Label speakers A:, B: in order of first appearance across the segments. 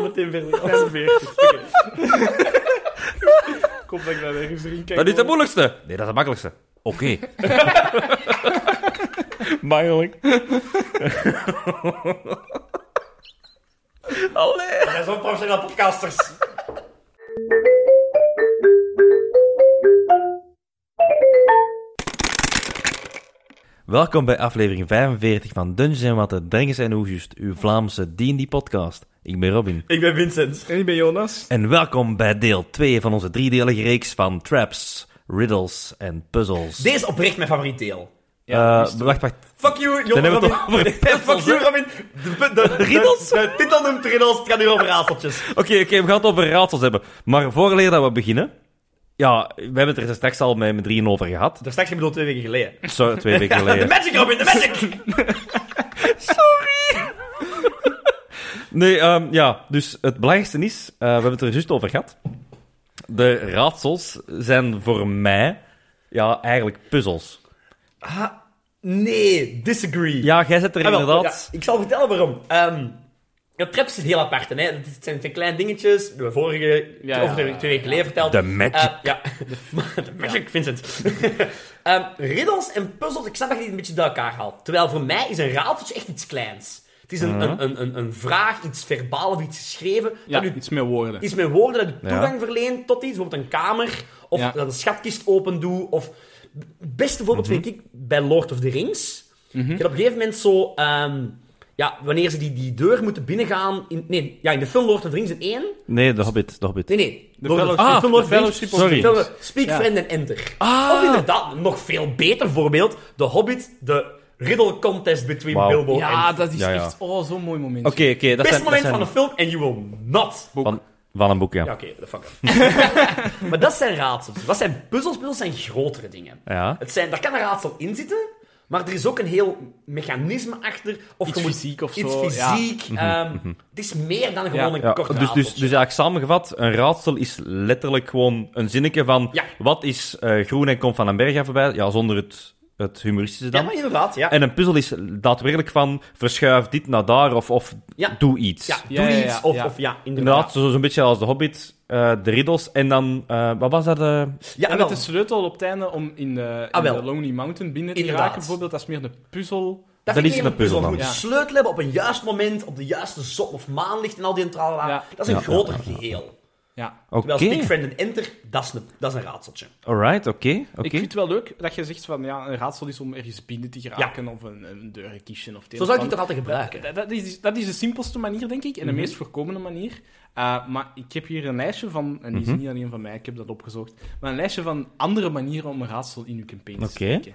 A: mijn Timberlake. Ja, dat weer. Oké. Kom ik naar ergens erin. Kijk,
B: Dat is de moeilijkste. Nee, dat is de makkelijkste. Oké.
A: Makkelijk.
B: Allee.
C: Dat is onprofessioneel podcasters.
B: Welkom bij aflevering 45 van Dungeons en Watten, Drengens en Oegust, uw Vlaamse D&D-podcast. Ik ben Robin.
C: Ik ben Vincent.
A: En ik ben Jonas.
B: En welkom bij deel 2 van onze driedelige reeks van traps, riddles en puzzles.
C: Dit is oprecht mijn favoriet deel.
B: Eh, wacht, wacht.
C: Fuck you,
B: Dan
C: Jon
B: hebben we
C: Robin.
B: het over de
C: Fuck
B: pencils,
C: you,
B: hè?
C: Robin. De, de, de,
B: riddles?
C: De, de titel noemt riddles, het gaat hier over raadseltjes.
B: Oké, oké, we gaan het over raadsels hebben. Maar vooraleer dat we beginnen... Ja, we hebben het er straks al met, met drieën over gehad.
C: Daar straks, ik bedoel, twee weken geleden.
B: Zo, twee weken
C: De
B: geleden.
C: magic, Robin, de magic!
B: Nee, ehm, ja, dus het belangrijkste is, eh, we hebben het er juist over gehad. De raadsels zijn voor mij ja, eigenlijk puzzels.
C: Ah, nee, disagree.
B: Ja, jij zet er
C: Ah, wel,
B: inderdaad.
C: ja, ik zal vertellen waarom. Ehm de traps is heel apart. Hè? Het zijn twee kleine dingetjes. Die we vorige,
A: Ja,
C: of
A: ja,
C: twee
A: ja,
C: twee weken geleden verteld.
B: De magic.
C: Eh, ja, de magic, Vincent. Ehm riddles en puzzels, ik snap dat je die een beetje bij elkaar haalt. Terwijl voor mij is een raadseltje echt iets kleins. Het is een, een, een, een, een vraag, iets verbaal of iets geschreven.
A: Mhm. Ja,
C: dat u
A: iets meer woorden.
C: iets met woorden dat ik
B: Ja.
C: toegang verleent tot iets, bijvoorbeeld een kamer, of
A: Ja.
C: dat een schatkist open doe, of... Het beste voorbeeld
B: Mhm.
C: vind ik bij Lord of the Rings. Je hebt op een gegeven moment zo... ehm, ja, wanneer ze die, die deur moeten binnengaan... In, nee, ja, in de film Lord of the Rings in één...
B: Nee, de Hobbit, de Hobbit.
C: Nee, nee.
A: De
C: Lord of-
A: Fellowship-
C: de film Lord of the
A: de
C: Rings,
A: Fellowship of
B: the
C: de film
A: Rings.
C: Speak,
A: Ja.
C: Friend and Enter.
B: Ah.
C: Of inderdaad, een nog veel beter voorbeeld, The Hobbit, de riddle contest between
B: Wauw.
C: Bilbo
A: Oh, Ja,
C: en...
A: dat is
B: Ja, ja.
A: echt oh, zo'n mooi moment.
B: Oké, oké, dat
C: Beste
B: zijn...
C: moment
B: dat
C: van
B: zijn
C: de film, and you will not
B: van, van een boek, ja.
C: Ja,
B: Ja.
C: oké, de fuck up. maar dat zijn raadsels. Dat zijn puzzels. Puzzels zijn grotere dingen. Het zijn, daar kan een raadsel in zitten, maar er is ook een heel mechanisme achter. Of
A: Iets
C: je moet-
A: fysiek of
C: iets
A: zo,
C: fysiek. ehm, Het is meer dan gewoon
A: Ja,
C: een
B: Mhm, Ja,
C: kort
B: dus, dus, dus
C: raadseltje.
B: eigenlijk samengevat, een raadsel is letterlijk gewoon een zinnetje van...
C: Ja.
B: Wat is eh, groen en komt van een berg af voorbij? Ja, zonder het, het humoristische
C: Ja,
B: dan.
C: maar inderdaad, ja.
B: En een puzzel is daadwerkelijk van verschuif dit naar daar of, of
C: Ja.
B: doe iets.
C: ja, doe
A: Ja, ja, ja,
C: iets. Of,
A: ja.
C: of ja,
B: Inderdaad,
C: inderdaad.
B: zo- zo'n beetje als de Hobbit, eh, de Riddles en dan, eh, wat was dat? eh?
C: Ja,
A: En
C: wel.
A: met de sleutel op het einde om in de, in
C: Ah, wel.
A: de Lonely Mountain binnen te
C: Inderdaad.
A: raken, bijvoorbeeld, dat is meer de puzzel.
C: Dat
B: Dat
C: vind
B: is
C: ik
B: een
C: een puzzel. Je
B: puzzel
C: moet
A: dan.
C: de sleutel hebben op een juist moment, op de juiste zon of maanlicht en al die tralala.
A: Ja.
C: Dat is een
B: Ja,
C: groter geheel.
A: Ja.
B: Oké,
C: Terwijl Stick, Friend and Enter, dat is een, dat is een raadseltje.
B: alright, oké,
A: Ik
B: oké.
A: vind het wel leuk dat je zegt van ja, een raadsel is om ergens binnen te geraken of een, een deur kiezen of het een
C: Zo
A: of
C: zou ik die toch
A: ander.
C: altijd gebruiken.
A: Dat- Dat is, dat is de simpelste manier, denk ik, en de meest voorkomende manier. Eh, maar ik heb hier een lijstje van, en die is niet alleen van mij, ik heb dat opgezocht, maar een lijstje van andere manieren om een raadsel in uw campaign te
B: Oké.
A: steken.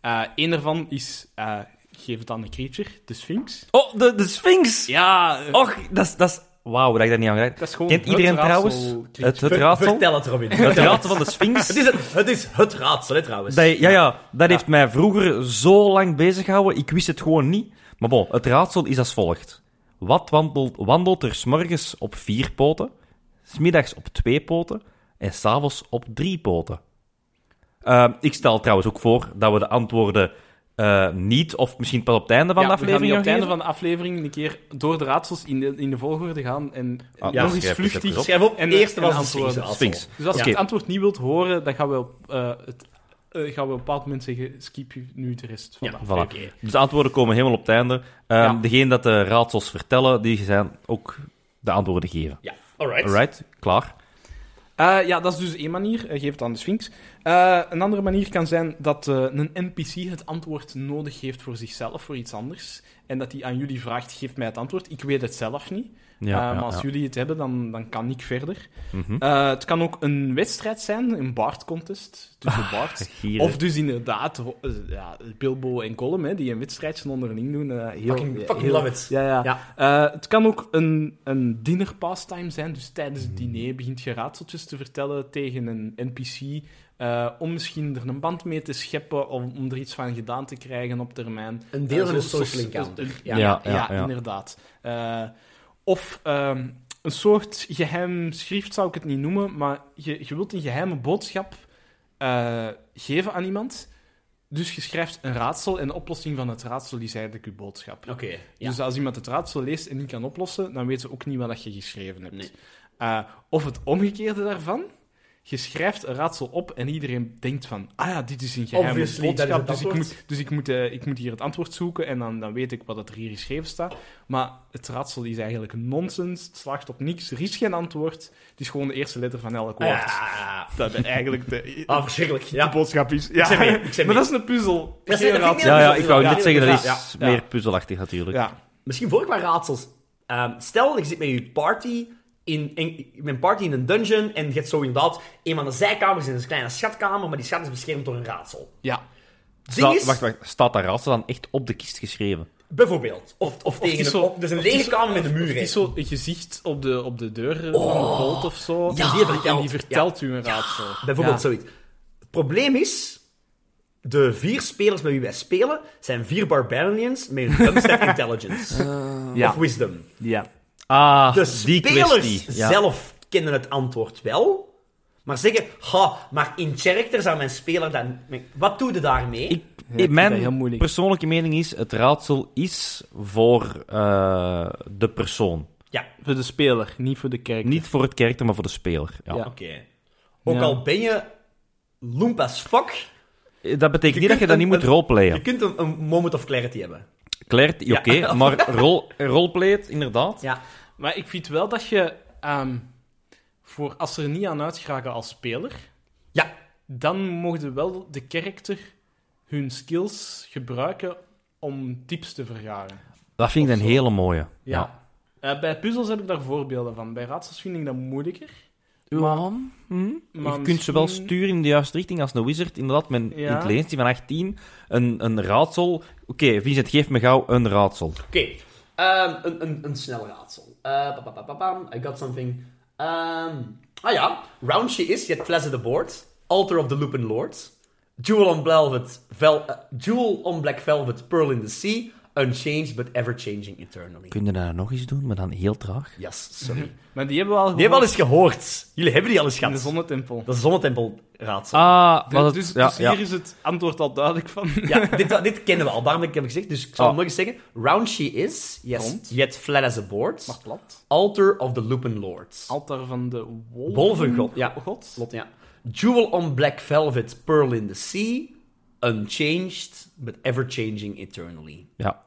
A: Eh, Eén daarvan is, eh, geef het aan de creature, de Sphinx.
B: Oh, de, de Sphinx!
A: Ja, eh,
B: Och, dat is- dat is... Wauw, dat ik dat niet aan gedacht.
A: Dat is gewoon
B: Kent
A: het
B: iedereen
A: raadsel,
B: trouwens
A: Chris.
B: het, het
C: Ver-
B: raadsel?
C: Vertel het, Robin.
B: Het raadsel van de Sphinx?
C: Het is het, het is het raadsel, hè, trouwens.
B: Dat, ja, ja, dat heeft mij vroeger zo lang bezig gehouden. Ik wist het gewoon niet. Maar bon, het raadsel is als volgt. Wat wandelt, wandelt er s'morgens op vier poten, smiddags op twee poten en s'avonds op drie poten? Ehm, ik stel trouwens ook voor dat we de antwoorden eh, niet, of misschien pas op het einde van de
A: ja, we gaan
B: aflevering
A: hier op het einde
B: geven.
A: van de aflevering een keer door de raadsels in de, in de volgorde gaan en
B: Ah,
A: ja,
B: dan
A: nog eens
B: schrijf ik het
A: vluchtig.
B: even op.
C: Schrijf op,
A: En-
C: het eerste
A: en
C: was de
A: antwoorden.
C: Sphinx.
B: Sphinx.
A: Dus als
B: Ja.
A: je het
B: Oké.
A: antwoord niet wilt horen, dan gaan we op, eh, het, eh, gaan we op een bepaald moment zeggen, skip je nu de rest van
C: Ja.
A: de
B: Voilà.
A: aflevering.
B: Dus de antwoorden komen helemaal op het einde. Ehm,
A: Ja.
B: Degene dat de raadsels vertellen, die zijn ook de antwoorden geven.
C: Ja, alright.
B: Alright, klaar.
A: Eh, ja, dat is dus één manier. Eh, geef het aan de Sphinx. Eh, een andere manier kan zijn dat eh, een NPC het antwoord nodig heeft voor zichzelf, voor iets anders. En dat hij aan jullie vraagt, geef mij het antwoord. Ik weet het zelf niet.
B: Ja,
A: Eh,
B: ja,
A: maar als
B: ja.
A: jullie het hebben, dan, dan kan ik verder.
B: Mhm.
A: Eh, het kan ook een wedstrijd zijn, een Bard contest tussen Bards.
B: Hier,
A: Of dus inderdaad ho- eh, ja, Bilbo en Gollum, hè, die een wedstrijdje onderling doen. eh, heel,
C: Fucking-
A: eh,
C: fucking
A: heel-
C: love it.
A: Ja, ja.
C: Ja.
A: Eh, het kan ook een, een dinner pastime zijn, dus tijdens het diner begint je raadseltjes te vertellen tegen een NPC, eh, om misschien er een band mee te scheppen, of om er iets van gedaan te krijgen op termijn.
C: Een deel
A: Eh,
C: van de
A: zo'n
C: social
A: soort-
C: encounter.
A: een- Ja,
B: Ja,
A: eh, ja,
B: ja, ja.
A: inderdaad. Eh, of ehm, een soort geheim schrift zou ik het niet noemen, maar je, je wilt een geheime boodschap eh, geven aan iemand. Dus je schrijft een raadsel en de oplossing van het raadsel is eigenlijk je boodschap.
C: Oké, ja.
A: Dus als iemand het raadsel leest en niet kan oplossen, dan weet ze ook niet wat dat je geschreven hebt.
C: Nee.
A: Eh, of het omgekeerde daarvan. Je schrijft een raadsel op en iedereen denkt van, ah ja, dit is een geheime
C: Obviously, dat is
A: boodschap,
C: het
A: dus, ik
C: antwoord.
A: moet, dus ik, moet, eh, ik moet hier het antwoord zoeken en dan, dan weet ik wat dat er hier geschreven staat. Maar het raadsel is eigenlijk nonsens, het slaagt op niks, er is geen antwoord. Het is gewoon de eerste letter van elk woord.
C: Ah,
A: Dat is eigenlijk de,
C: ah, verschrikkelijk.
A: de
C: Ja.
A: boodschap is. Ja,
C: zeg mee, ik zeg
A: maar
C: mee.
A: dat is een puzzel.
C: Dat is- dat
A: Geen
C: vind ik
A: raadsel.
B: Ja, ja, ik wou
C: Ja,
B: net zeggen, dat is
C: ja,
A: ja.
B: meer puzzelachtig natuurlijk.
A: Ja.
C: Misschien voor ik maar raadsels. Ehm, stel, je zit met je party in, in, met een party in een dungeon en je hebt zo inderdaad een van de zijkamers in een kleine schatkamer, maar die schat is beschermd door een raadsel.
A: ja.
C: Ding
B: Staat,
C: is,
B: wacht, wacht. Staat dat raadsel dan echt op de kist geschreven?
C: bijvoorbeeld, of, of,
A: het
C: tegen
A: is
C: een,
A: zo-
C: op, dus een
A: of het is
C: lege
A: zo-
C: kamer met een muur.
A: Het
C: hè.
A: is zo een gezicht op de, op de deur eh, van een bolt of zo.
C: Oh, ja,
A: en, die vertelt,
C: vertelt,
A: u een raadsel.
C: Bijvoorbeeld
A: Ja.
C: zoiets. Het probleem is, de vier spelers met wie wij spelen zijn vier barbarians met een dumbstep intelligence.
A: Ja.
C: Of wisdom.
A: Ja.
B: Ah,
C: De
B: Eh. die
C: spelers
B: kwestie. Ja.
C: zelf kennen het antwoord wel, maar zeggen, ha, maar in character zou mijn speler dan... Wat doe je daarmee?
B: Ik,
A: vind dat
B: mijn
A: heel moeilijk.
B: persoonlijke mening is, het raadsel is voor eh, de persoon.
C: Ja,
A: Voor de speler, niet voor de kerk.
B: Niet voor het karakter, maar voor de speler. Ja.
A: Ja.
C: oké. Ook
A: Ja.
C: al ben je loemp as fuck,
B: Dat betekent
C: Je
B: niet dat
C: kunt
B: je dat niet
C: een-
B: moet
C: een-
B: roleplayen.
C: je kunt een, een moment of clarity hebben.
B: Clarity,
C: Ja.
B: oké, maar rol, roleplay het, inderdaad.
C: Ja.
A: Maar ik vind wel dat je, ehm, voor als ze er niet aan uitgeraken als speler,
C: Ja.
A: dan mogen wel de karakter hun skills gebruiken om tips te vergaren.
B: Dat vind ik
A: Of
B: een
A: zo.
B: hele mooie.
A: Ja. Eh, bij puzzels heb ik daar voorbeelden van. Bij raadsels vind ik dat moeilijker.
B: Ja. Hm?
A: Maar
B: je kunt ze wel
A: misschien-
B: sturen in de juiste richting als een wizard. Inderdaad, mijn
A: Ja.
B: intelligentie van 18, een, een raadsel. Oké, Vincent, geef me gauw een raadsel.
C: Oké, ehm, een, een, een snel raadsel. Eh, ba- ba- ba- ba- bam, I got something. Ehm, ah ja, Roundje is, je hebt Fles at the Board, Altar of the Lupin Lords, Jewel on, Velvet, Vel- eh, Jewel on Black Velvet, Pearl in the Sea, Unchanged but Ever Changing Eternally.
B: Kun je dat nog eens doen, maar dan heel traag?
C: Yes, sorry. Die
A: Maar die hebben we al
C: hebben we al
A: gehoord
C: eens gehoord. Jullie hebben die al eens
A: in de
C: gehad.
A: zonnetempel.
C: Dat is zonnetempelraadsel.
B: Ah,
A: Dus,
B: was het-
A: dus,
B: ja,
A: dus
B: ja.
A: hier is het antwoord al duidelijk van.
C: Ja, dit, wa- dit kennen we al, daarom heb ik hem gezegd. Dus ik zal
B: Ah.
C: hem nog eens zeggen. Roundje is, yes,
A: Rond.
C: je hebt Flat as a Board,
A: plat.
C: Altar of the Lupin Lords.
A: Altaar van de wolven.
C: Wolvengod, ja.
A: God.
C: Klopt, ja. Jewel on Black Velvet, Pearl in the Sea. Unchanged, but ever-changing eternally.
B: Ja.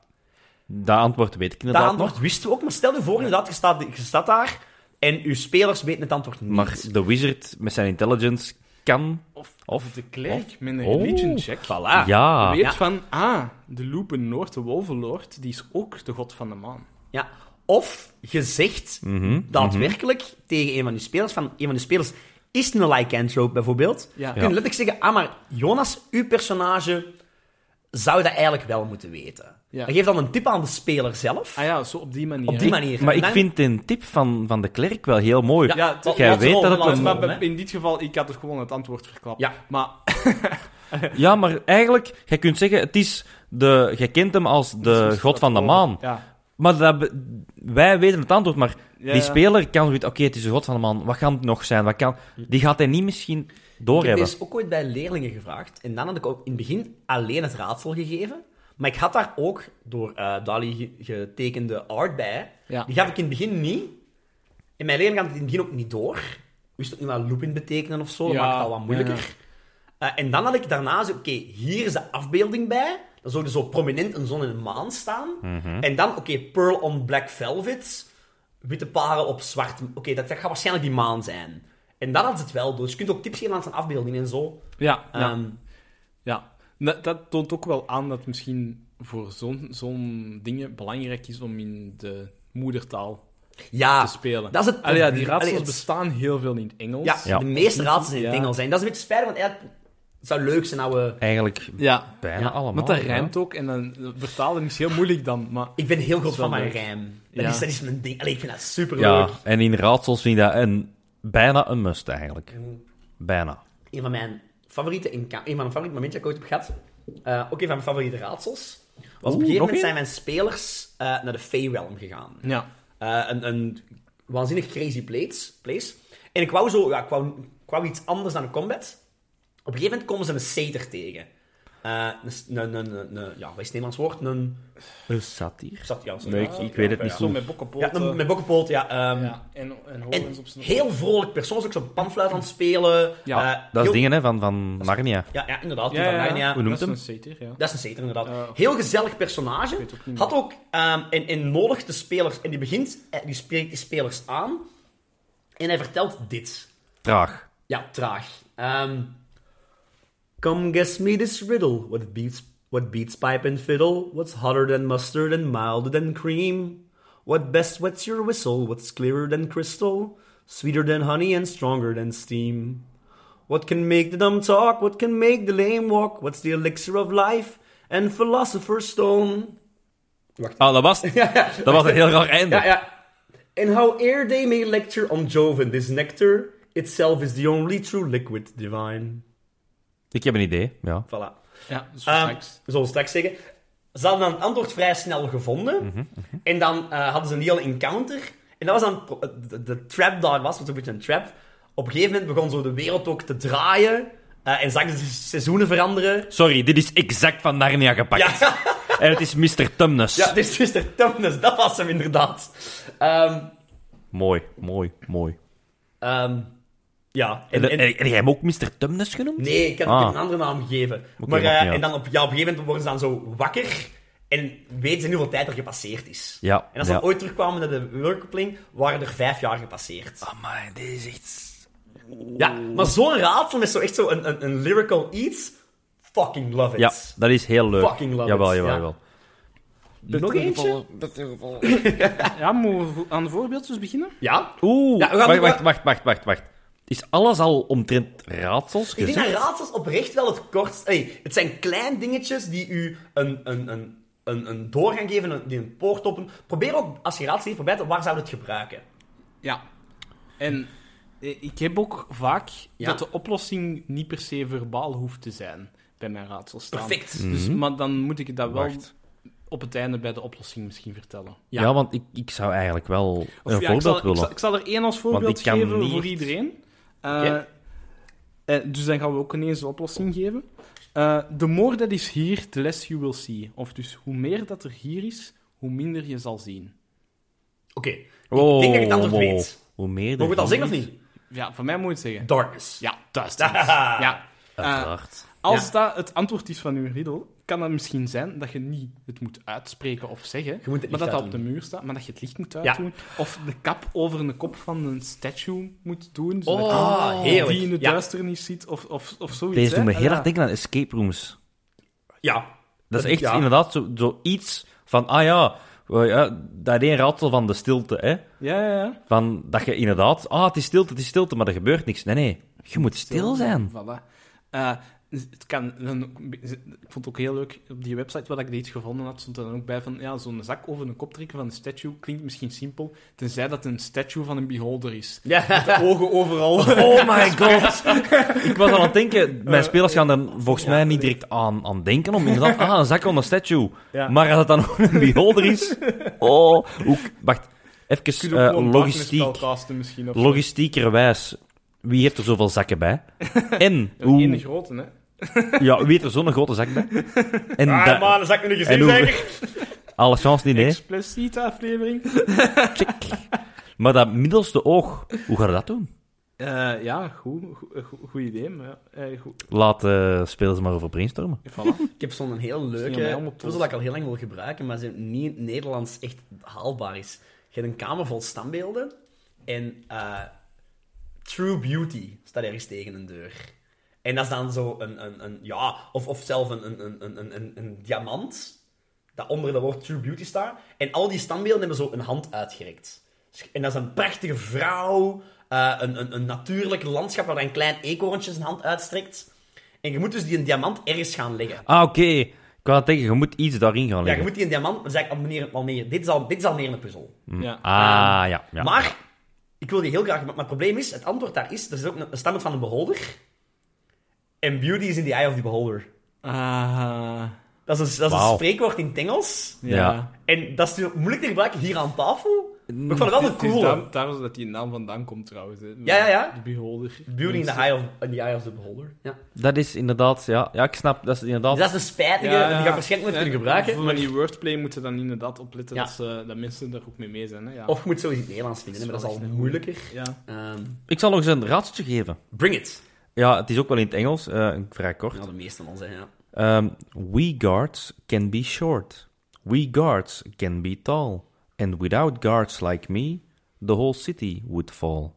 B: Dat antwoord weet ik
C: Dat
B: inderdaad nog.
C: antwoord wisten we ook, maar stel je voor inderdaad, je staat, je staat daar en uw spelers weten het antwoord niet.
B: Maar de wizard met zijn intelligence kan...
A: Of,
B: Of-
A: de klerk met een
B: Oh.
A: religion check.
C: Voilà.
B: ja.
A: Weet
C: ja.
A: van, ah, de Loepen Noord, de Wolvenlord, die is ook de god van de maan.
C: Ja. Of je zegt
B: Mhm,
C: daadwerkelijk tegen een van uw spelers, van een van uw spelers is een lycanthrope bijvoorbeeld.
A: Ja.
C: Je kunt letterlijk zeggen, ah maar Jonas, uw personage zou dat eigenlijk wel moeten weten.
A: Ja.
C: Dat geeft dan een tip aan de speler zelf.
A: Ah ja, zo op die manier.
C: Op die manier.
B: Maar
C: En
B: ik
C: dan-
B: vind een tip van, van de klerk wel heel mooi.
C: Ja,
A: Ja,
C: wat-
A: toch.
B: Jij
C: wat
B: weet
C: rol-
B: dat het
C: wat
B: een-
C: rol,
A: Maar bij-
C: hè?
A: in dit geval, ik had dus gewoon het antwoord verklapt.
C: Ja.
A: Maar
B: Ja, maar eigenlijk, jij kunt zeggen, het is de, jij kent hem als de god van de maan.
A: Ja.
B: Maar dat, be- wij weten het antwoord, maar
A: Ja,
B: die
A: ja.
B: speler kan zoiets, oké, het is de god van de man, wat kan het nog zijn? Wat kan, die gaat hij niet misschien
C: Ik heb
B: doorhebben.
C: deze ook ooit bij leerlingen gevraagd. En dan had ik ook in het begin alleen het raadsel gegeven. Maar ik had daar ook door eh Dali ge- getekende art bij.
A: Ja.
C: Die gaf ik in het begin niet. En mijn leerling had het in het begin ook niet door. Wist ook niet wat looping betekenen of zo. Dat
A: Ja,
C: maakt het al wat moeilijker. Eh, en dan had ik daarna zo, oké, hier is de afbeelding bij. Dan zou er zo prominent een zon en een maan staan. En dan, oké, Pearl on Black Velvet. Witte paren op zwart. Oké, dat, dat gaat waarschijnlijk die maan zijn. En dan had ze het wel door. Dus je kunt ook tips geven aan zijn afbeelding en zo.
A: Ja,
B: Ah.
A: ja,
C: Ehm,
A: ja. Dat, dat toont ook wel aan dat misschien voor zo'n zo'n dingen belangrijk is om in de moedertaal
C: ja,
B: Ah.
A: te spelen.
C: dat is het
A: Allee, ja, die
C: probleem.
A: raadsels
C: Allee, het-
A: bestaan heel veel in het Engels.
C: ja,
B: Ja.
C: de meeste raadsels in het
A: Ja.
C: Engels zijn. Dat is een beetje spijtig, want eigenlijk, het zou leuk zijn nou we...
B: Eigenlijk
A: Oh, ja.
B: bijna
C: Ja,
B: allemaal.
A: Want dat
B: ja.
A: rijmt ook en dan vertalen is heel moeilijk dan. Maar
C: Ik ben heel groot
A: is wel
C: van mijn
A: leuk.
C: rijm. Dat,
A: Ja.
C: is, dat is mijn ding. Allee, ik vind dat superleuk.
B: Ja, en in raadsels vind ik dat een, bijna een must eigenlijk. Bijna.
C: Ehm, een van mijn favoriete, inca- een van mijn favoriete momenten dat ik ooit heb gehad, eh, ook een van mijn favoriete raadsels, was op een gegeven
B: nog
C: moment
B: een?
C: zijn mijn spelers eh, naar de Fey Realm gegaan.
A: ja.
C: Eh, een, een waanzinnig crazy place, place. En ik wou zo, ja, ik wou, ik wou iets anders dan combat. Op een gegeven moment komen ze een Sater tegen. Eh, een s- een, een, een, een- ja, wat is het Nederlands woord? Een...
B: Een satire?
C: Zat ja,
B: Nee, ik, ik weet het niet
A: Zo
B: goed.
A: met
C: Ja,
A: bokkenpoten.
C: een, met bokkenpoot, ja. ehm,
A: Ja, en, en
C: En
A: horens op zijn
C: heel vrolijk persoonlijk, zo'n panfluit aan het spelen.
A: Ja,
C: Eh,
B: Dat is
C: heel-
B: dingen hè, van, van Narnia.
C: Ja, ja inderdaad. die
A: Ja,
C: van
A: ja, ja.
C: Narnia.
B: Hoe noemt
A: dat
B: hem?
A: is een zeter, ja.
C: Dat is een zeter, inderdaad.
A: Eh,
C: Heel gezellig personage.
A: weet ook niet
C: Had ook ehm, en, en nodigt de spelers. En die begint, eh, die spreekt die spelers aan. En hij vertelt dit.
B: Traag.
C: Ja, traag. Ehm, Come guess me this riddle. What beats, what beats pipe and fiddle? What's hotter than mustard and milder than cream? What best wets your whistle? What's clearer than crystal? Sweeter than honey and stronger than steam? What can make the dumb talk? What can make the lame walk? What's the elixir of life? And philosopher's stone.
B: Ah, dat was, dat was een heel raar einde.
C: Ja, ja. And howe'er they may lecture on Jove and this nectar, itself is the only true liquid divine.
B: Ik heb een idee, ja.
C: Voilà.
A: Ja, zo
C: Ehm,
A: straks.
C: we zullen straks zeggen. Ze hadden dan het antwoord vrij snel gevonden. En dan eh, hadden ze een heel encounter. En dat was dan het pro- eh, de, de trap daar was, wat een beetje een trap. Op een gegeven moment begon zo de wereld ook te draaien. eh, en zag ze de seizoenen veranderen.
B: Sorry, dit is exact van Narnia gepakt.
C: Ja,
B: En het is Mr. Tumnus.
C: ja dit is Dus, de Tumnus, dat was hem inderdaad. Ehm,
B: Mooi, mooi, mooi.
C: ehm, ja,
B: En,
C: en, en-
B: en- en jij hem ook Mr. Tumnus genoemd?
C: nee, ik heb
B: Ah.
C: hem een andere naam gegeven. maar,
B: maakt
C: eh,
B: niet
C: en
B: uit.
C: dan op, ja, op een gegeven moment worden ze dan zo wakker. En weten ze niet hoeveel tijd er gepasseerd is.
B: Ja,
C: En als
B: ja.
C: ze ooit terugkwamen naar de workpling, waren er vijf jaar
B: Ah.
C: gepasseerd.
B: Amai, dit is echt...
C: Ja, maar zo'n raadsel met zo echt zo een, een, een lyrical iets, fucking love
B: Ja,
C: it.
B: dat is heel leuk.
C: Fucking love
B: jawel,
C: it,
B: jawel,
C: ja.
B: jawel.
C: Nog eentje?
A: Ja, moeten we aan de voorbeeldjes beginnen?
C: Ja.
B: Oeh,
C: Ja, we gaan
B: wacht,
C: doen-
B: wacht, wacht, wacht, wacht, wacht. Is alles al omtrent raadsels
C: Ik denk dat
B: gezegd?
C: raadsels oprecht wel het kortst... Hey, het zijn klein dingetjes die u een, een, een, een, een doorgang geven, een, die een poort openen. Probeer ook, als je raadsel heeft, probeer te- waar zou je het gebruiken?
A: Ja. En eh, ik heb ook vaak
C: Ja.
A: dat de oplossing niet per se verbaal hoeft te zijn bij mijn raadsel staan.
C: Perfect.
A: Dus, maar dan moet ik dat wel
B: Wacht.
A: op het einde bij de oplossing misschien vertellen.
B: Ja. want ik, ik zou eigenlijk wel
A: Of
B: een
A: ja, ik,
B: voorbeeld
A: zal, ik,
B: willen.
A: zal, ik zal er één als voorbeeld
B: ik kan
A: geven
B: niet
A: voor
B: echt-
A: iedereen. Eh,
C: Ja.
A: eh, dus dan gaan we ook ineens de oplossing geven. Eh, the more that is here, the less you will see. Of dus hoe meer dat er hier is, hoe minder je zal zien.
C: Oké.
B: Wow,
C: Ik denk dat ik het antwoord
B: Oh, wow,
C: weet.
B: wow. Hoe meer
C: Mogen we het al
B: de-
C: zeggen of niet?
A: Ja, van mij moet je het zeggen.
C: Darkness.
A: Ja, dat Ja. Eh,
B: Uiteraard.
C: Ah,
A: Als dat het antwoord is van uw riddle, kan dat misschien zijn dat je niet het moet uitspreken of zeggen,
C: Je moet het
A: maar
C: licht
A: dat dat op de
C: uitdoen.
A: muur staat, maar dat je het licht moet
C: Ja.
A: uitdoen. Of de kap over de kop van een statue moet doen, zodat
C: Oh,
A: die-
C: heerlijk.
A: die in de
C: ja.
A: duisternis zit, of, of, of zoiets.
B: Deze
A: hè.
B: doet me heel
A: Ja.
C: Ah.
B: hard denken aan escape rooms.
C: ja.
B: Dat is echt
C: Ja.
B: inderdaad zo- zoiets van, ah ja, eh, ja, dat één raadsel van de stilte, hè.
A: Ja, ja, ja.
B: Van, dat je inderdaad, ah, het is stilte, het is stilte, maar er gebeurt niks. Nee, nee, je moet stil zijn.
A: Voilà. Eh, het kan, dan, ik vond het ook heel leuk, op die website waar ik dit gevonden had, stond er dan ook bij van, ja, zo'n zak over een kop trekken van een statue klinkt misschien simpel, tenzij dat een statue van een beholder is.
C: Ja.
A: Ogen overal.
B: Oh my god! Ik was al aan het denken,
C: Eh,
B: mijn spelers gaan er volgens mij niet direct aan, aan denken, om inderdaad, ah, een zak on een statue.
A: Ja.
B: Maar als het dan ook een beholder is, oh, hoe, wacht, even
A: Je kunt ook
B: eh,
A: gewoon
B: logistiek,
A: partnerspel casten misschien. Of zo.
B: logistiekerwijs, wie heeft er zoveel zakken bij? En,
A: Ja, één
B: hoe,
A: grote, hè?
B: ja, wie heeft er zo'n grote zak bij? En da-
C: Ah, man, dan zak ik nu
B: En
C: gezien,
B: hoe-
C: zeker?
B: alle chance niet, nee.
A: Expliciete aflevering.
B: Maar dat middelste oog, hoe gaan we dat doen?
A: Eh, ja, goed. Goed, goed idee. Maar, ja, eh, goed.
B: Laat eh spelers maar over brainstormen.
A: Voilà.
C: Ik heb zo'n heel
A: Misschien aan mij om
C: leuke
A: op te
C: puzzel dat ik al heel lang wil gebruiken, maar ze niet in het Nederlands echt haalbaar is. Je hebt een kamer vol standbeelden en eh, True Beauty staat ergens tegen een deur. En dat is dan zo een, een, een ja, of, of zelf een, een, een- een, een, een, een diamant dat onder dat woord True Beauty staat. En al die standbeelden hebben zo een hand uitgerekt. Dus- En dat is een prachtige vrouw, eh, een, een, een natuurlijk landschap waar dan een klein eekhoorntje zijn hand uitstrekt. En je moet dus die een diamant ergens gaan leggen.
B: Ah, oké. Ik wou denken, je moet iets daarin gaan
C: Ja, je
B: leggen.
C: moet die een diamant. Dat is eigenlijk al meer, al meer, dit, is al, dit is al meer een puzzel.
A: ja.
B: Ah, ja. ja.
C: Maar, ik wil die heel graag. Maar het probleem is, het antwoord daar is: er is ook een, een standbeeld van de beholder. En beauty is in the eye of the beholder.
A: Ah,
C: Dat is een, dat is een
B: Wauw.
C: spreekwoord in het Engels.
A: ja.
B: Ja.
C: En dat is natuurlijk moeilijk te gebruiken hier aan tafel. Maar ik vond het wel een
A: Het Mm, is
C: coole.
A: daar- daarom dat die naam vandaan komt trouwens. Hè.
C: Ja, ja, ja.
A: De Beholder.
C: Beauty in the, eye of, in the Eye of the Beholder. Ja.
B: Dat is inderdaad, ja, ja ik snap, dat is inderdaad...
C: Dus dat is een spijtige, die
A: Ja, ja.
C: ga ik waarschijnlijk nooit kunnen
A: Voor
C: gebruiken.
A: maar die wordplay moeten dan inderdaad opletten
C: Ja.
A: dat, ze, dat mensen daar ook mee mee zijn. Hè? Ja.
C: Of je moet sowieso in het Nederlands vinden, maar dat is al moeilijker.
A: Ja.
C: Ehm,
B: Ik zal nog eens een raadseltje geven.
C: bring it.
B: Ja, het is ook wel in het Engels, eh, vrij kort.
C: Ja, de meeste al zijn, ja.
B: Ehm, we guards can be short. We guards can be tall. And without guards like me, the whole city would fall.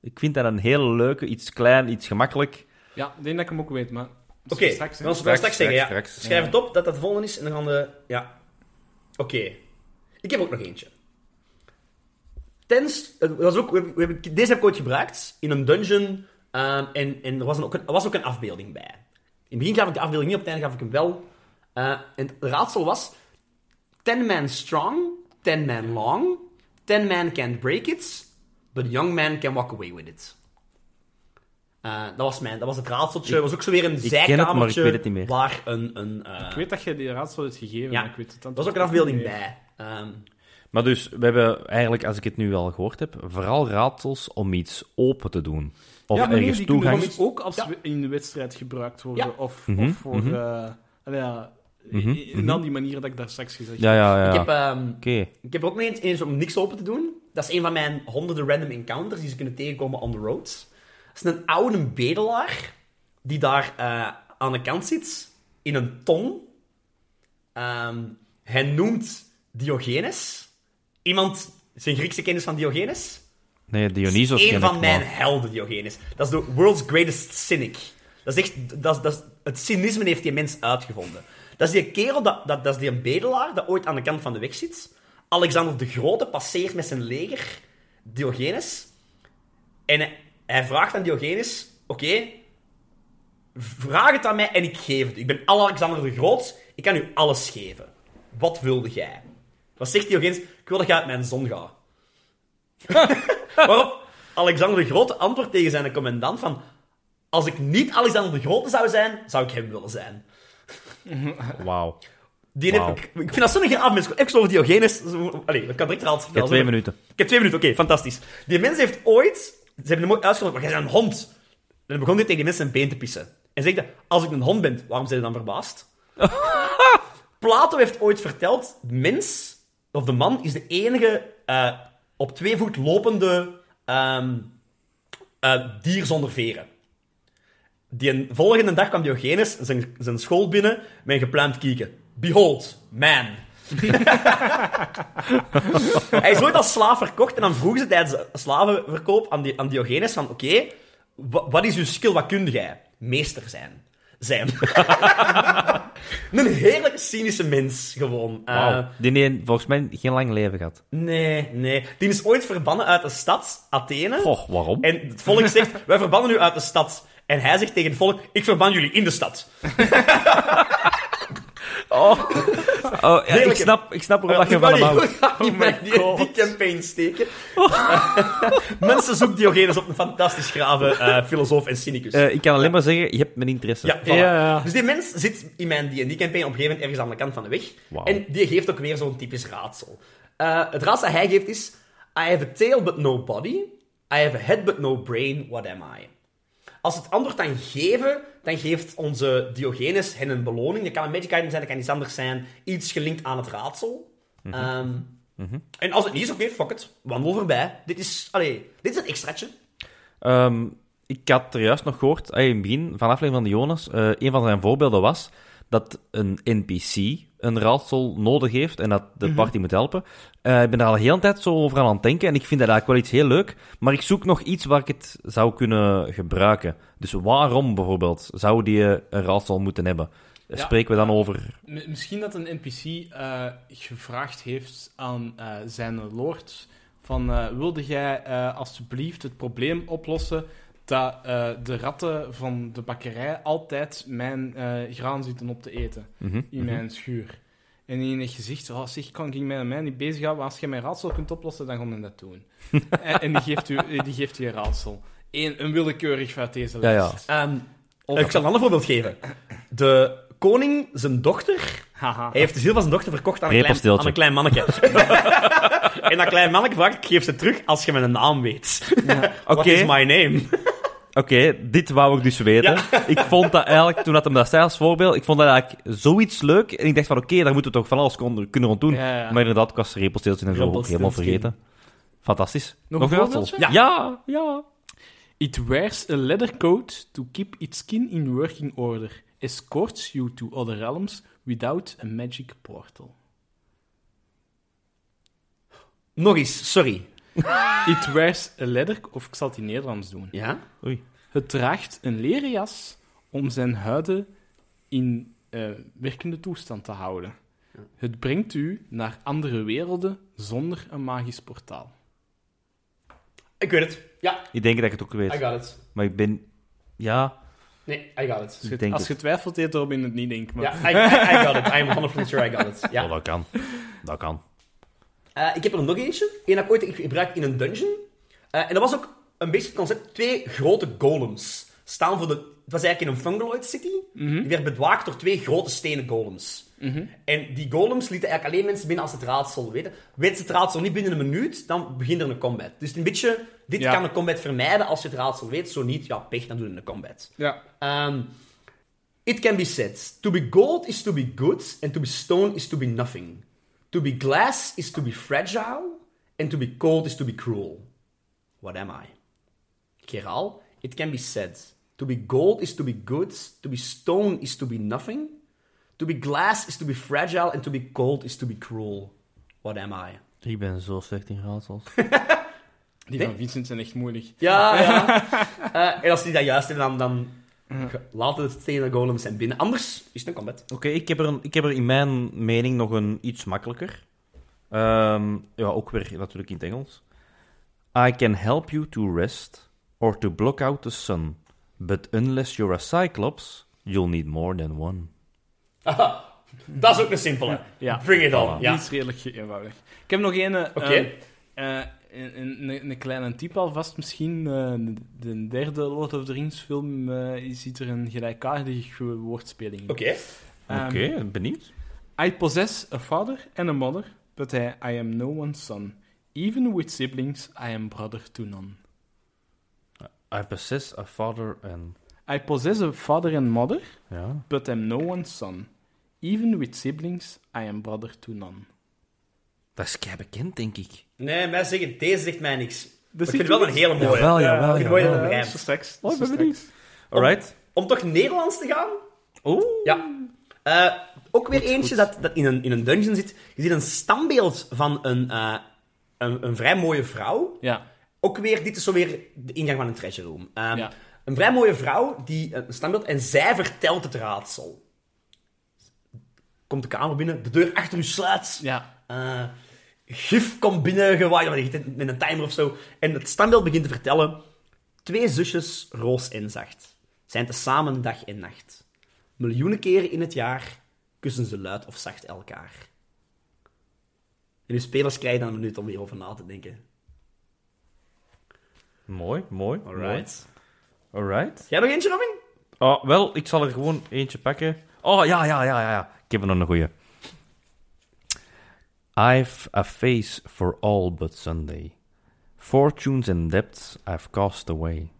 B: Ik vind dat een hele leuke, iets klein, iets gemakkelijk.
A: ja, ik denk dat ik hem ook weet, maar...
C: Oké, dan gaan
A: Straks,
C: we
A: hè.
C: dan
B: Straks,
C: straks, zeggen, ja.
B: straks, straks.
C: Schrijf het op, dat dat de volgende is, en dan gaan we... Ja. Oké. Ik heb ook nog eentje. Tens, het was ook, we hebben- we hebben- deze heb ik ooit gebruikt, in een dungeon, ehm, en, en er was, een, ook een, er was ook een afbeelding bij. In het begin gaf ik de afbeelding niet, op het einde gaf ik hem wel. Eh, en het raadsel was, 10 man strong, 10 man long, 10 man can't break it, but young man can walk away with it. Eh, dat was mijn, dat was het raadseltje. Dat was ook zo weer een
B: ken het, maar ik
C: zijkamertje
B: weet het niet meer.
C: waar een... een eh,
A: Ik weet dat je die raadsel hebt gegeven,
C: Ja.
A: maar ik weet het dan
C: er was
A: toch
C: ook een afbeelding
A: niet meer.
C: bij. Ehm,
B: Maar dus, we hebben eigenlijk, als ik het nu al gehoord heb, vooral raadsels om iets open te doen. Of
A: ja, maar nee,
B: ergens
A: die
B: toegang.
A: kunnen gewoon ook als
C: Ja.
A: we in de wedstrijd gebruikt worden.
C: Ja.
A: Of,
B: Mhm,
A: of voor... eh
B: mhm.
A: nou ja,
B: Mhm,
A: in- in
B: mhm.
A: al die manieren dat ik daar straks gezegd
B: Ja, ja, ja.
C: Ik,
B: ja.
C: heb,
B: Oké.
C: ehm, ik heb er ook nog eens, eens om niks open te doen. Dat is een van mijn honderden random encounters die ze kunnen tegenkomen on the road. Dat is een oude bedelaar die daar eh, aan de kant zit, in een ton. Ehm, hij noemt Diogenes. Iemand, zijn Griekse kennis van Diogenes.
B: Nee, Dionysos
C: Eén
B: ken
C: van
B: ik,
C: mijn
B: maar-
C: helden, Diogenes. Dat is de world's greatest cynic. Dat is echt... Dat is, dat is, het cynisme heeft die mens uitgevonden. Dat is die kerel, dat, dat, dat is die bedelaar dat ooit aan de kant van de weg zit. Alexander de Grote passeert met zijn leger Diogenes. En hij, hij vraagt aan Diogenes... Oké, vraag het aan mij en ik geef het. u. Ik ben Alexander de Groot. Ik kan u alles geven. Wat wilde jij? Wat zegt Diogenes? Ik wil dat jij uit mijn zon gaat. Waarop Alexander de Grote antwoordt tegen zijn commandant van... Als ik niet Alexander de Grote zou zijn, zou ik hem willen zijn.
B: Wauw.
C: Die
B: Wauw.
C: heb ik, ik vind dat zo'n geen afmens. Ik over Diogenes. zo- Allee, dat kan direct al
B: Ik heb twee minuten.
C: Ik heb twee minuten, oké, fantastisch. Die mens heeft ooit... Ze hebben hem ooit uitgelegd, maar jij bent een hond. En dan begon hij tegen die mensen zijn been te pissen. En zegt hij, als ik een hond ben, waarom zijn ze dan verbaasd? Plato heeft ooit verteld, de mens, of de man, is de enige eh, op twee voet lopende ehm, eh, dier zonder veren. Die een- volgende dag kwam Diogenes zijn, zijn school binnen met een gepluimd kieken. Behold, man. Hij is ooit als slaaf verkocht en dan vroegen ze tijdens de slavenverkoop aan, die, aan Diogenes van oké, wa- wat is uw skill, wat kun jij? Meester zijn. Zijn. een heerlijk cynische mens, gewoon. Eh,
B: Wauw. Die heeft volgens mij geen lang leven gehad.
C: nee, nee. Die is ooit verbannen uit de stad, Athene.
B: Goh, waarom?
C: En het volk zegt, wij verbannen u uit de stad. En hij zegt tegen het volk, ik verban jullie in de stad.
B: Oh, ja, ik,
C: Heerlijke-
B: snap, ik snap waarom dat je
C: Ik
B: van
C: wou
B: hem
C: niet-
B: houdt.
C: ik wou niet
A: my
C: met die,
A: God.
C: die campaign steken. Mensen zoeken Diogenes op een fantastisch grave eh, filosoof en cynicus.
B: Eh, ik kan alleen maar zeggen, je hebt mijn interesse.
C: ja, voilà.
A: ja, ja.
C: Dus die mens zit in mijn D&D-campaign op een gegeven moment ergens aan de kant van de weg.
B: Wauw.
C: En die geeft ook weer zo'n typisch raadsel. Eh, het raadsel dat hij geeft is... I have a tail but no body. I have a head but no brain. What am I? Als het antwoord dan geven, dan geeft onze Diogenes hen een beloning. Dat kan een magic item zijn, dat kan iets anders zijn. Iets gelinkt aan het raadsel.
A: Mhm.
C: Ehm, En als het niet is, oké, fuck it. Wandel voorbij. Dit is, allee, dit is een extraatje.
B: Ehm, ik had er juist nog gehoord, eh, in het begin van de aflevering van de Jonas, eh, een van zijn voorbeelden was dat een NPC een raadsel nodig heeft en dat de
C: Mhm.
B: party moet helpen. Eh, ik ben daar al heel de tijd zo over aan het denken en ik vind dat eigenlijk wel iets heel leuk, maar ik zoek nog iets waar ik het zou kunnen gebruiken. Dus waarom bijvoorbeeld zou die eh, een raadsel moeten hebben? Daar
A: Ja.
B: Spreken we dan over...
A: Mi- Misschien dat een NPC eh, gevraagd heeft aan eh, zijn lord van eh, wilde jij eh, alsjeblieft het probleem oplossen dat eh, de ratten van de bakkerij altijd mijn eh, graan zitten op te eten
B: Mhm,
A: in eh,
B: mhm.
A: mijn schuur. En in het gezicht, oh zeg, kan ik mij en mij niet bezighouden, maar als je mijn raadsel kunt oplossen, dan gaan we dat doen. en, en die geeft u, eh, die geeft u een raadsel. Eén, een willekeurig uit deze
B: Ja,
A: lijst.
B: ja.
C: Ehm,
A: Of-
C: ik zal een ander voorbeeld geven. De koning zijn dochter
A: Haha.
C: Hij heeft de ziel van zijn dochter verkocht aan een klein,
B: Repensteeltje.
C: aan een klein manneke. en dat klein manneke vraagt, ik geef ze terug als je mijn naam weet. What
B: Oké.
C: is my name?
B: Oké, dit wou ik dus weten. Ik vond dat eigenlijk, toen dat hem dat zei als voorbeeld, ik vond dat eigenlijk zoiets leuk. En ik dacht van, oké, daar moeten we toch van alles kon, kunnen rond doen.
A: Ja, ja, ja.
B: Maar inderdaad, ik was repelsteeltje en zo ook helemaal
C: Repelsteeltje.
B: vergeten. Fantastisch.
A: Nog een voorbeeldje?
B: Ja. ja, ja.
A: It wears a leather coat to keep its skin in working order. Escorts you to other realms without a magic portal.
C: Nog eens, sorry.
A: It wears a leather... Of ik zal het in Nederlands doen.
C: Ja?
B: Oei.
A: Het draagt een leren jas om zijn huiden in eh, werkende toestand te houden. Het brengt u naar andere werelden zonder een magisch portaal.
C: Ik weet het. Ja,
B: Ik denk dat ik het ook
C: I
A: Ah,
B: weet.
C: got it.
B: Maar ik ben... Ja,
C: Nee, I got it.
A: Als je,
B: Ik denk
A: als
B: het.
A: je twijfelt, deed Robin het niet, denk ik. Maar...
C: Ja, I, I, I got it. I'm 100% sure I got it. Ja.
B: Oh, dat kan. Dat kan.
C: Eh, ik heb er nog eentje. Eén dat ik ooit gebruik in een dungeon. Eh, en dat was ook een beetje het concept. Twee grote golems staan voor de... Het was eigenlijk in een Fungaloid City.
A: Mhm.
C: Die werd bedwaakt door twee grote stenen golems. En die golems lieten eigenlijk alleen mensen binnen als ze het raadsel weten. Weten ze het raadsel niet binnen een minuut, dan begint er een combat. Dus een beetje... Dit
A: Ja.
C: kan een combat vermijden als je het raadsel weet. Zo niet, ja, pech, dan doen we een combat.
A: Ja.
C: Ehm, it can be said, to be gold is to be good, and to be stone is to be nothing. To be glass is to be fragile, and to be cold is to be cruel. What am I? Ik herhaal, it can be said, to be gold is to be good, to be stone is to be nothing, to be glass is to be fragile, and to be cold is to be cruel. What am I?
B: Ik ben zo slecht in raadsels.
A: Die van Vincent zijn echt moeilijk.
C: Ja, ja. Eh, en als die dat juist hebben, dan, dan laten de stenen golems zijn binnen. Anders is het een combat.
B: Oké, ik, heb er een- ik heb er in mijn mening nog een iets makkelijker. Ehm, ja, ook weer natuurlijk in het Engels. I can help you to rest or to block out the sun. But unless you're a cyclops, you'll need more than one.
C: Aha, dat is ook een simpele.
A: Ja.
C: Bring it on.
B: Voilà.
A: Die
C: Ja.
A: is redelijk eenvoudig. Ik heb nog een... eh,
C: Oké.
A: eh, eh, een, een, een kleine type alvast misschien. eh, de, de derde Lord of the Rings film eh, ziet er een gelijkaardige woordspeling in.
C: Oké.
A: Ehm,
B: Oké, benieuwd.
A: I possess a father and a mother, but I, I am no one's son. Even with siblings, I am brother to none.
B: I possess a father and...
A: I possess a father and mother,
B: Ja.
A: but am no one's son. Even with siblings, I am brother to none.
B: Dat is kei bekend, denk ik.
C: Nee, mij zeggen, deze zegt mij niks. Maar
A: Dus
C: ik vind het wel een hele mooie.
B: Jawel,
C: Ja,
B: jawel,
C: ik vind het mooi dat het
B: jawel.
C: rijmt.
A: straks.
B: Oh, ik ben benieuwd. Alright.
C: Om toch Nederlands te gaan?
B: Oeh.
C: Ja. Eh, ook weer eentje dat, dat in, een, in een dungeon zit. Je ziet een standbeeld van een, eh, een, een vrij mooie vrouw.
A: Ja.
C: Ook weer, dit is zo weer de ingang van een treasure room. Ehm,
A: Ja.
C: Een vrij mooie vrouw, die eh, een standbeeld, en zij vertelt het raadsel. Komt de kamer binnen, de deur achter u sluit.
A: Ja.
C: Eh, gif komt binnen, gewaaid maar je zit met een timer of zo. En het standbeeld begint te vertellen. Twee zusjes, roos en zacht, zijn tezamen dag en nacht. Miljoenen keren in het jaar kussen ze luid of zacht elkaar. En uw spelers krijgen dan een minuut om hierover na te denken.
B: Mooi, mooi,
C: Alright.
B: mooi. Alright.
C: Jij nog eentje, Robin?
B: Oh, wel, ik zal er gewoon eentje pakken. Oh, ja, ja, ja, ja. ja. Ik heb er nog een goeie. I've a face for all but Sunday. Fortunes and debts I've cast away.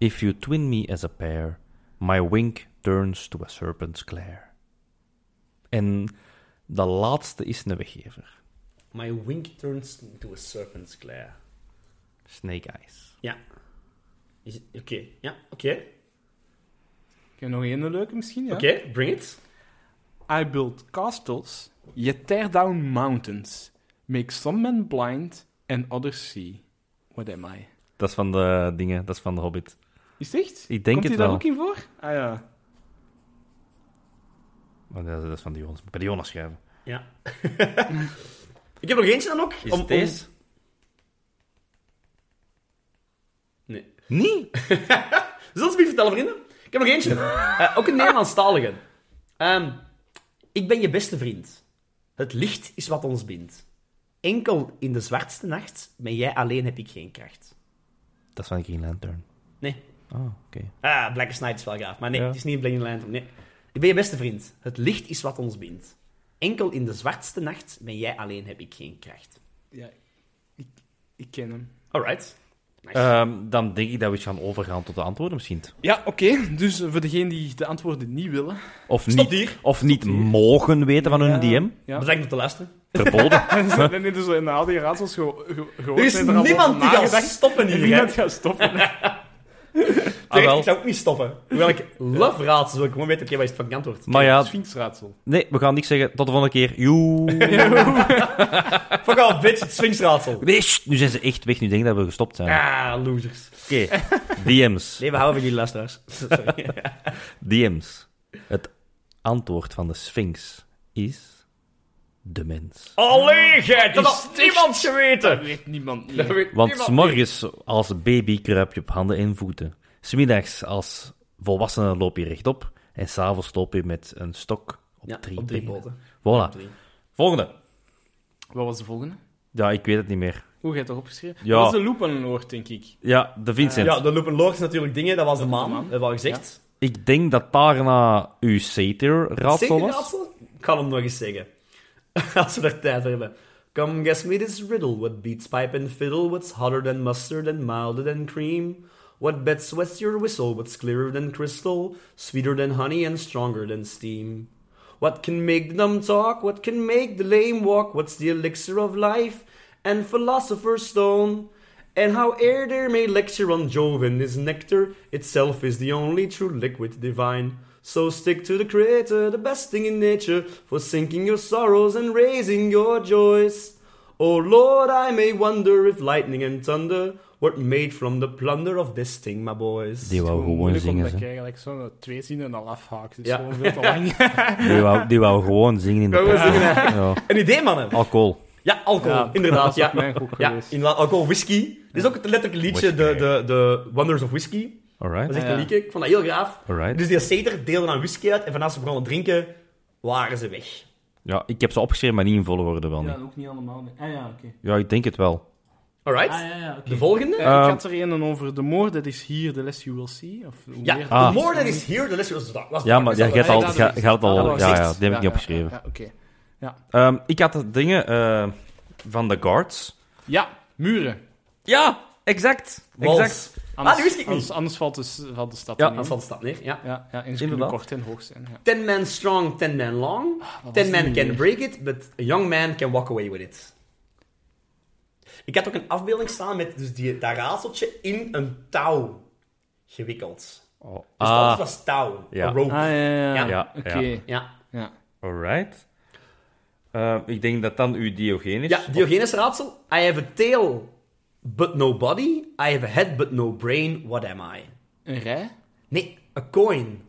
B: If you twin me as a pair, my wink turns to a serpent's glare. En de laatste is een weggever.
C: My wink turns into a serpent's glare.
B: Snake Eyes.
C: Ja. Is het- Oké, ja, oké.
A: Ik heb nog een leuke misschien, ja?
C: Oké, bring it.
A: I build castles, yet tear down mountains. Make some men blind and others see. What am I?
B: Dat is van de dingen, dat is van de Hobbit.
A: Is het echt?
B: Ik denk het
A: Komt hij daar
B: wel.
A: ook in voor? Ah ja.
B: Oh, dat is- dat is van de Jonas. Bij de Jonas schrijven.
C: Ja. ik heb nog eentje dan ook.
B: Is het deze?
C: Nee.
B: Nee!
C: Zullen ze me vertellen, vrienden? Ik heb nog eentje. Eh, ook een Nederlandstalige. Ehm ik ben je beste vriend. Het licht is wat ons bindt. Enkel in de zwartste nacht ben jij alleen, heb ik geen kracht.
B: Dat is van Green Lantern.
C: Nee.
B: Oh, oké.
C: Ah, Blackest Night is wel gaaf. Maar nee,
B: Ja.
C: het is niet Blinking Lantern. Nee. Ik ben je beste vriend. Het licht is wat ons bindt. Enkel in de zwartste nacht ben jij alleen, heb ik geen kracht.
A: Ja, ik, ik ken hem.
C: Alright. Nice.
B: Ehm, dan denk ik dat we gaan overgaan tot de antwoorden misschien.
A: Ja, oké. Dus eh, voor degenen die de antwoorden niet willen... eh,
B: Of
C: Stop
B: niet,
C: hier.
B: of niet mogen weten van hun
A: Ja.
B: DM.
A: Ja.
C: Bedankt om te luisteren.
B: Verboden.
A: nee, nee, dus na al die raadsels geho- ge- gehoord...
C: Er is
A: zijn er al
C: niemand die
A: over
C: gaat
A: nagedacht.
C: stoppen hier. hè.
A: Niemand gaat stoppen.
B: Ah,
C: Terecht,
B: wel.
C: ik zou ook niet stoppen. Hoewel ik love raadsels, wil ik gewoon weten, oké, wat is het fucking antwoord?
B: Maar ja,
A: Sphinxraadsel.
B: nee, we gaan niks zeggen. Tot de volgende keer. Joe.
C: Fuck off, bitch, het Sphinxraadsel.
B: Nee, sst, nu zijn ze echt weg. Nu denk ik dat we gestopt zijn.
C: Ah, losers.
B: Oké. DM's.
C: Nee, we houden van jullie luisteraars. Sorry.
B: DM's. Het antwoord van de Sphinx is de mens.
C: Allee, gij, dat
A: Is
C: had niemand geweten.
A: Dat weet niemand niet.
C: Dat weet
B: Want
C: niemand.
B: s'morgens als baby kruip je op handen en voeten. Smiddags als volwassene loop je rechtop. En s'avonds loop je met een stok op
C: Ja,
B: drie
C: op drie Ah,
B: benen.
C: poten. Op
B: Voilà.
C: drie.
B: Volgende.
A: Wat was de volgende?
B: Ja, ik weet het niet meer.
A: Hoe ga je het opgeschreven?
B: Ja.
A: Dat is de loop aan een oor, denk ik.
B: Ja, de Vincent.
C: Ja, de lopen logisch natuurlijk dingen, dat was de
A: was
C: maan,
A: de maan.
C: hebben we al gezegd.
B: Ik denk dat daarna uw Satyr-raadsel
C: Zeker
B: was.
C: raadsel? Ik ga hem nog eens zeggen. Als we er tijd voor hebben. Come guess me this riddle. What beats pipe and fiddle? What's hotter than mustard and milder than cream? What bets what's your whistle? What's clearer than crystal? Sweeter than honey and stronger than steam? What can make the dumb talk? What can make the lame walk? What's the elixir of life? And philosopher's stone? And how air there may lecture on Jove and his nectar itself is the only true liquid divine. So stick to the creator, the best thing in nature, for sinking your sorrows and raising your joys. O Lord, I may wonder if lightning and thunder were made from the plunder of this thing, my boys.
B: Die wou gewoon
A: moeilijk
B: zingen.
A: omdat
B: ze.
A: ik eigenlijk zo'n twee zinnen al afhaakt. Dat is
C: Ja.
A: gewoon veel te lang.
B: Die wou, die wou gewoon zingen in de
C: Wou gewoon
B: podcast.
C: zingen,
B: Ja.
C: Een idee, mannen.
B: Alcohol.
C: Ja, alcohol,
A: Ja, dat
C: inderdaad.
A: is ook
C: Ja.
A: mijn goed
C: ja,
A: geweest.
C: inderdaad, alcohol, whisky. Dit is ook het letterlijke liedje, de,
B: Whisky.
C: de, de Wonders of Whisky. Dat is
B: Alright.
C: echt
A: Ah,
C: een
A: ja.
C: liedje. Ik vond dat heel graaf.
B: Alright.
C: Dus die Ceter deelden aan whisky uit en vanaf ze begonnen drinken, waren ze weg.
B: Ja, ik heb ze opgeschreven, maar niet in volgorde wel niet.
A: ook niet allemaal. Ah ja, oké.
B: Ja, ik denk het wel.
C: Alright.
A: Ah,
C: De volgende? Ja,
A: ik had er een over de moord, dat is hier, the less you will see. Of hoe meer-
C: The
B: Ah.
C: More That Is Here, The Less You Was was
B: Ja, maar ja,
C: was-
B: je hebt
A: wel-
B: al,
A: ja,
B: je-
A: dat
B: je had
A: Ah, dat
B: al
A: was
B: ja, ja,
A: echt.
B: die heb ik
A: Ja,
B: niet opgeschreven.
A: Ja, ja, oké.
B: Ehm, ik had de dingen eh, van de guards.
A: Ja, muren.
B: Ja, exact.
C: Wals.
B: exact.
C: Ah, die wist ik niet.
A: Anders, anders valt, de, s- valt de stad
B: Ja,
A: ja,
C: Dat valt de stad neer, ja.
A: Ja, ja, en ze kunnen
B: Inderdaad.
A: kort en hoog zijn. Ja.
C: Ten man strong, ten man long.
A: Ah, was
C: ten
A: die
C: man
A: nu
C: can
A: weer?
C: break it, but a young man can walk away with it. Ik had ook een afbeelding staan met dus die, dat raadseltje in een touw gewikkeld.
B: Oh,
C: Dus dat
B: ah,
C: was touw,
B: Ja.
C: een rope.
A: Ah, ja, ja, ja.
B: Ja,
A: Oké.
B: ja.
C: Ja.
A: Ja.
B: alright. Ehm, ik denk dat dan uw Diogenes...
C: Ja, Diogenes raadsel. I have a tail, but no body. I have a head, but no brain. What am I?
A: Een rij?
C: Nee, a coin.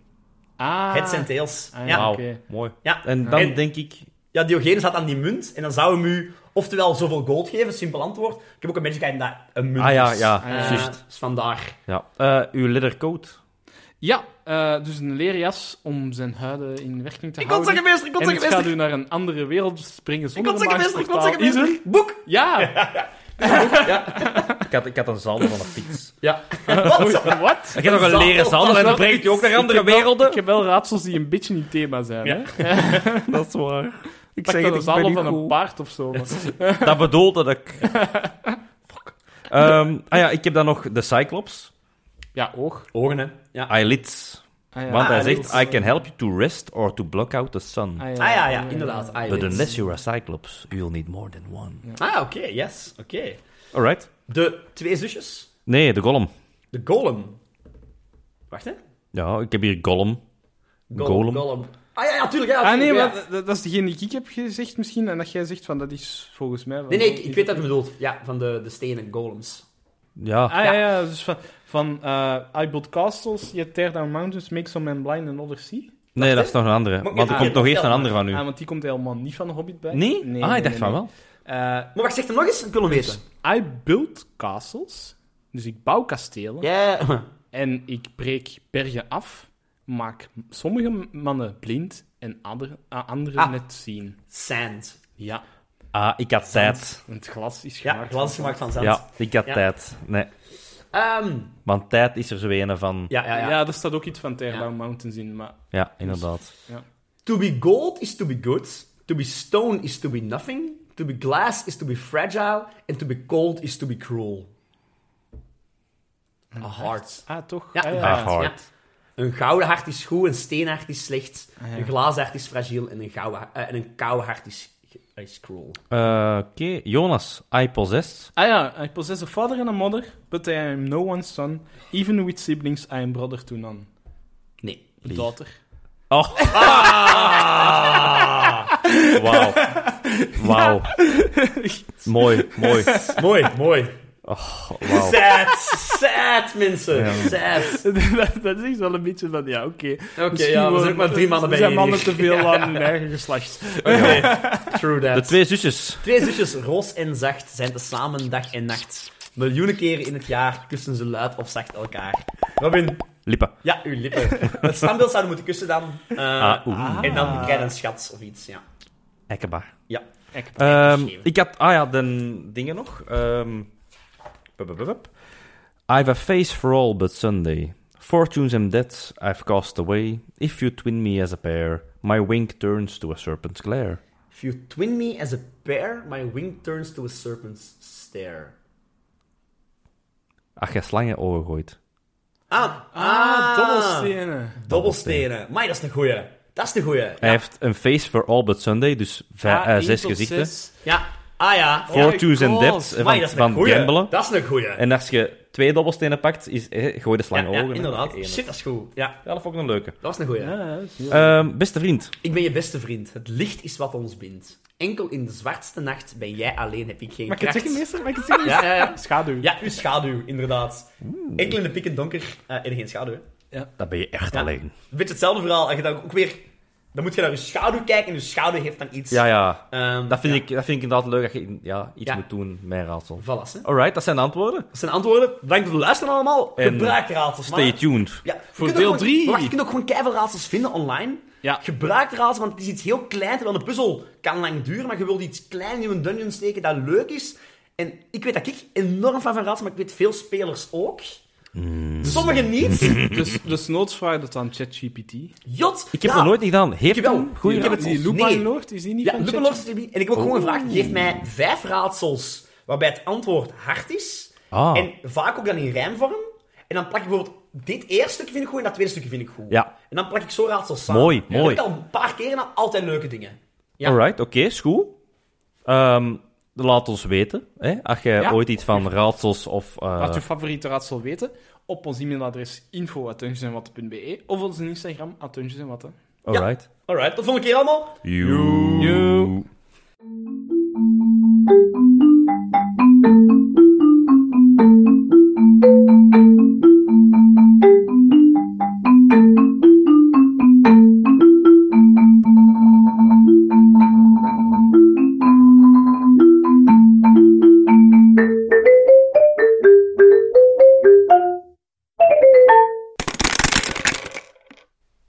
A: Ah.
C: Heads and tails.
A: Ah,
C: ja.
B: Wauw,
A: Oké.
B: mooi.
C: Ja.
B: En dan
C: En-
B: denk ik...
C: ja, Diogenes had aan die munt. En dan zou hem u oftewel zoveel gold geven, simpel antwoord. Ik heb ook een magic item dat een munt
B: Ah ja,
C: is.
B: ja,
C: Eh,
B: juist.
C: Dus vandaar.
B: Ja. Eh, uw leathercoat.
A: Ja, eh, dus een leren jas om zijn huiden in werking te
C: Ik kon
A: houden.
C: zeggen, meester, ik kon
A: en
C: zeggen,
A: het gaat
C: meester.
A: u naar een andere wereld dus springen
C: Ik
A: zonder
C: kon zeggen, meester, ik kon zeggen,
A: maagportaal. Is er?
C: meester. Boek.
A: Ja!
B: Ik had, ik had een zadel van een fiets.
C: Ja. Wat? zo?
A: Wat?
B: Ik heb nog een
C: zadel
B: leren zadel
A: van
B: en
A: een
B: dat brengt je ook naar andere
A: heb wel-
B: werelden.
A: Ik heb wel raadsels die een beetje in het thema zijn.
C: Ja.
A: Hè?
B: Dat is waar. Ik
A: Pak
B: zeg
A: dan
B: het, ik ben
A: een zadel
B: niet
A: van een
B: goed.
A: paard of zo. maar-
B: Dat bedoelde ik. Fuck. Ehm, ah ja, ik heb dan nog de Cyclops.
A: Ja, oog.
C: Ogen, hè. Ja.
B: Eyelids.
A: Ah, ja.
B: Want hij
C: Ah,
B: zegt,
C: eyelids.
B: I can help you to rest or to block out the sun.
A: Ah,
C: Ah ja, ja, inderdaad. Ah,
B: But unless you're a Cyclops, you'll need more than one.
C: Ah, oké, yes. Oké.
B: Alright.
C: De twee zusjes.
B: Nee, de Golem.
C: De golem. Wacht, hè.
B: Ja, ik heb hier Golem.
C: Golem.
B: Golem.
C: golem. Ah ja, ja, tuurlijk. Ja,
A: Ah nee,
C: tuurlijk, ja.
A: maar dat, dat is degene die ik heb gezegd misschien. En dat jij zegt van dat is volgens mij. van-
C: Nee, nee, ik, ik weet wat je bedoelt. Ja, van de, de stenen golems.
B: Ja.
A: Ah ja, ja, dus van, van eh, I build castles, yet tear down mountains, make some men blind and others see.
B: nee, dat is nog een andere.
C: Mag ik
B: Want
C: even-
B: er komt
C: Ah,
B: nog eerst
C: vertel
B: een andere van u.
A: Ah, want die komt helemaal niet van de Hobbit bij.
B: Nee? ah, ik dacht van wel.
A: wel.
C: Maar wacht, zeg hem nog eens. Ik wil hem weten.
A: Eh, I build castles, dus ik bouw kastelen.
C: Ja.
A: En ik breek bergen af, maak sommige mannen blind en andere, a- anderen
C: Ah.
A: net zien.
C: Sand.
A: Ja,
B: Ah, ik had tijd.
A: het glas is
C: Ja,
A: gemaakt.
C: glans gemaakt van zand.
B: Ja, ik had
C: Ja.
B: tijd. Nee.
C: Ehm,
B: Want tijd is er zo een van. Ja,
C: ja, ja, ja.
A: Ja, daar staat ook iets van Terlow
C: Ja.
A: Mountains in, maar...
B: inderdaad.
C: To be gold is to be good. To be stone is to be nothing. To be glass is to be fragile. And to be cold is to be cruel. Een hart.
A: Ah, toch?
C: Ja,
A: Ah,
C: een
B: ja.
C: hart.
B: hart.
C: ja. Een gouden hart is goed, een steen hart is slecht.
A: Ah, ja.
C: Een glazen hart is fragiel. En een, gouden, ha- eh, en een koude hart is, is cruel.
B: Eh, Oké, Jonas, I possess.
A: Ah ja, I possess a father and a mother, but I am no one's son. Even with siblings, I am brother to none.
C: Nee.
B: Lief.
A: Daughter.
B: Oh.
C: Ah!
B: Wauw. Wauw. Mooi, mooi.
C: mooi, mooi.
B: Oh, wauw.
C: Sad, sad mensen. Sad.
A: dat, dat is wel een beetje van, ja, oké.
C: Oké,
A: Misschien
C: ja, we
A: worden-
C: zijn ook maar drie mannen bij
A: er zijn
C: hier. Eh,
A: mannen te veel aan hun eigen geslacht.
C: Oké, true that.
B: De twee zusjes.
C: Twee zusjes, roos en zacht, zijn tezamen dag en nacht. Miljoenen keren in het jaar kussen ze luid of zacht elkaar. Robin,
B: Lippen.
C: ja, uw lippen. Het standbeeld zouden moeten kussen dan. eh,
B: Ah, oeh.
C: En dan krijg je een schat of iets, ja.
B: Ekkenbaar.
C: Ja.
B: Ehm,
C: Gegeven.
B: ik had, ah ja, de dingen nog. Ehm, bup, bup, bup, bup. I've a face for all but Sunday. Fortunes am dead, I've cast away. If you twin me as a pair, my wing turns to a serpent's glare.
C: If you twin me as a pear, my wing turns to a serpent's stare.
B: Ach, je slangen ogen gooit.
C: Ah,
A: Ah, dobbelstenen.
C: Dobbelstenen. Maar dat is een goeie. Dat is een goeie.
B: Hij heeft een face for all but Sunday, dus vij-
A: Ah,
B: eh,
A: één
B: zes
A: tot
B: gezichten.
A: zes.
C: Ja. Ah ja.
A: Ja,
B: Fortunes and
A: God,
B: death eh,
C: Amai,
B: van,
C: dat is een
B: van
C: goeie.
B: Gambelen.
C: Dat is een goeie.
B: En als je twee dobbelstenen pakt, is, eh, gooi de
C: ja,
B: slang
C: ja,
B: ogen.
C: inderdaad.
B: Eén.
C: Shit, dat is goed. Ja,
B: Ja, dat vond ik een leuke.
C: dat is een goeie.
A: Ja, ja, dat is heel-
B: Ehm, beste vriend,
C: Ik ben je beste vriend. Het licht is wat ons bindt. Enkel in de zwartste nacht ben jij alleen, heb ik geen
A: Mag ik het
C: kracht.
A: zeggen, meester? Mag ik het zeggen,
C: Ja, ja, ja.
A: Schaduw.
C: Ja, uw schaduw, inderdaad. Enkel in de pik en donker eh, en geen schaduw. hè.
B: dan ben je echt
C: Ja.
B: alleen.
C: Een beetje hetzelfde verhaal. Als je dan ook weer... Dan moet je naar uw schaduw kijken en uw schaduw heeft dan iets.
B: Ja, ja.
C: Ehm,
B: Dat vind,
C: ja.
B: ik, dat vind ik inderdaad leuk dat je in- ja, iets
C: Ja.
B: moet doen met een raadsel.
C: Voilà, hè.
B: Alright, dat zijn de antwoorden.
C: Dat zijn antwoorden. Bedankt voor het luisteren allemaal.
B: En
C: Gebruik raadsels, man.
B: Stay tuned.
C: Ja, je
A: Voor
C: kunt ook
A: deel
C: gewoon-
A: drie.
C: Wacht, je kunt ook gewoon keiveel raadsels vinden online.
A: Ja.
C: Gebruik de raadsel, want het is iets heel kleins. Terwijl een puzzel kan lang duren, maar je wilt iets klein in een dungeon steken dat leuk is. En ik weet dat ik enorm fan van raadsels, maar ik weet veel spelers ook.
A: Hmm.
C: Sommigen niet.
A: Dus, dus noodsvraag dat aan ChatGPT.
C: Jot. nou,
B: Ik heb het nog nooit niet gedaan. Heeft
C: Ik wel.
B: hem? Goeie
C: Ik heb
B: raad.
C: het-
A: Die Lupa
C: Nee.
A: Lord, is die niet
C: Ja,
A: van
C: Lupin
A: ChatGPT?
C: Lord En ik heb ook gewoon
B: Oh.
C: gevraagd, geef mij vijf raadsels waarbij het antwoord hard is.
B: Ah.
C: En vaak ook dan in rijmvorm. En dan plak ik bijvoorbeeld, dit eerste stukje vind ik goed en dat tweede stukje vind ik goed.
B: Ja.
C: En dan plak ik zo raadsels samen.
B: Mooi,
C: En dat
B: mooi.
C: heb ik al een paar keer en dan altijd leuke dingen. Ja.
B: Alright, oké, is goed. Ehm, laat ons weten. Hè, als je
A: Ja.
B: ooit iets van raadsels of... eh,
A: Laat uw favoriete raadsel weten op ons e-mailadres info.dungeonsenwatten.be e of ons Instagram at dungeonsenwatten.
B: alright.
C: Alright, tot volgende keer allemaal.
B: You.
A: You.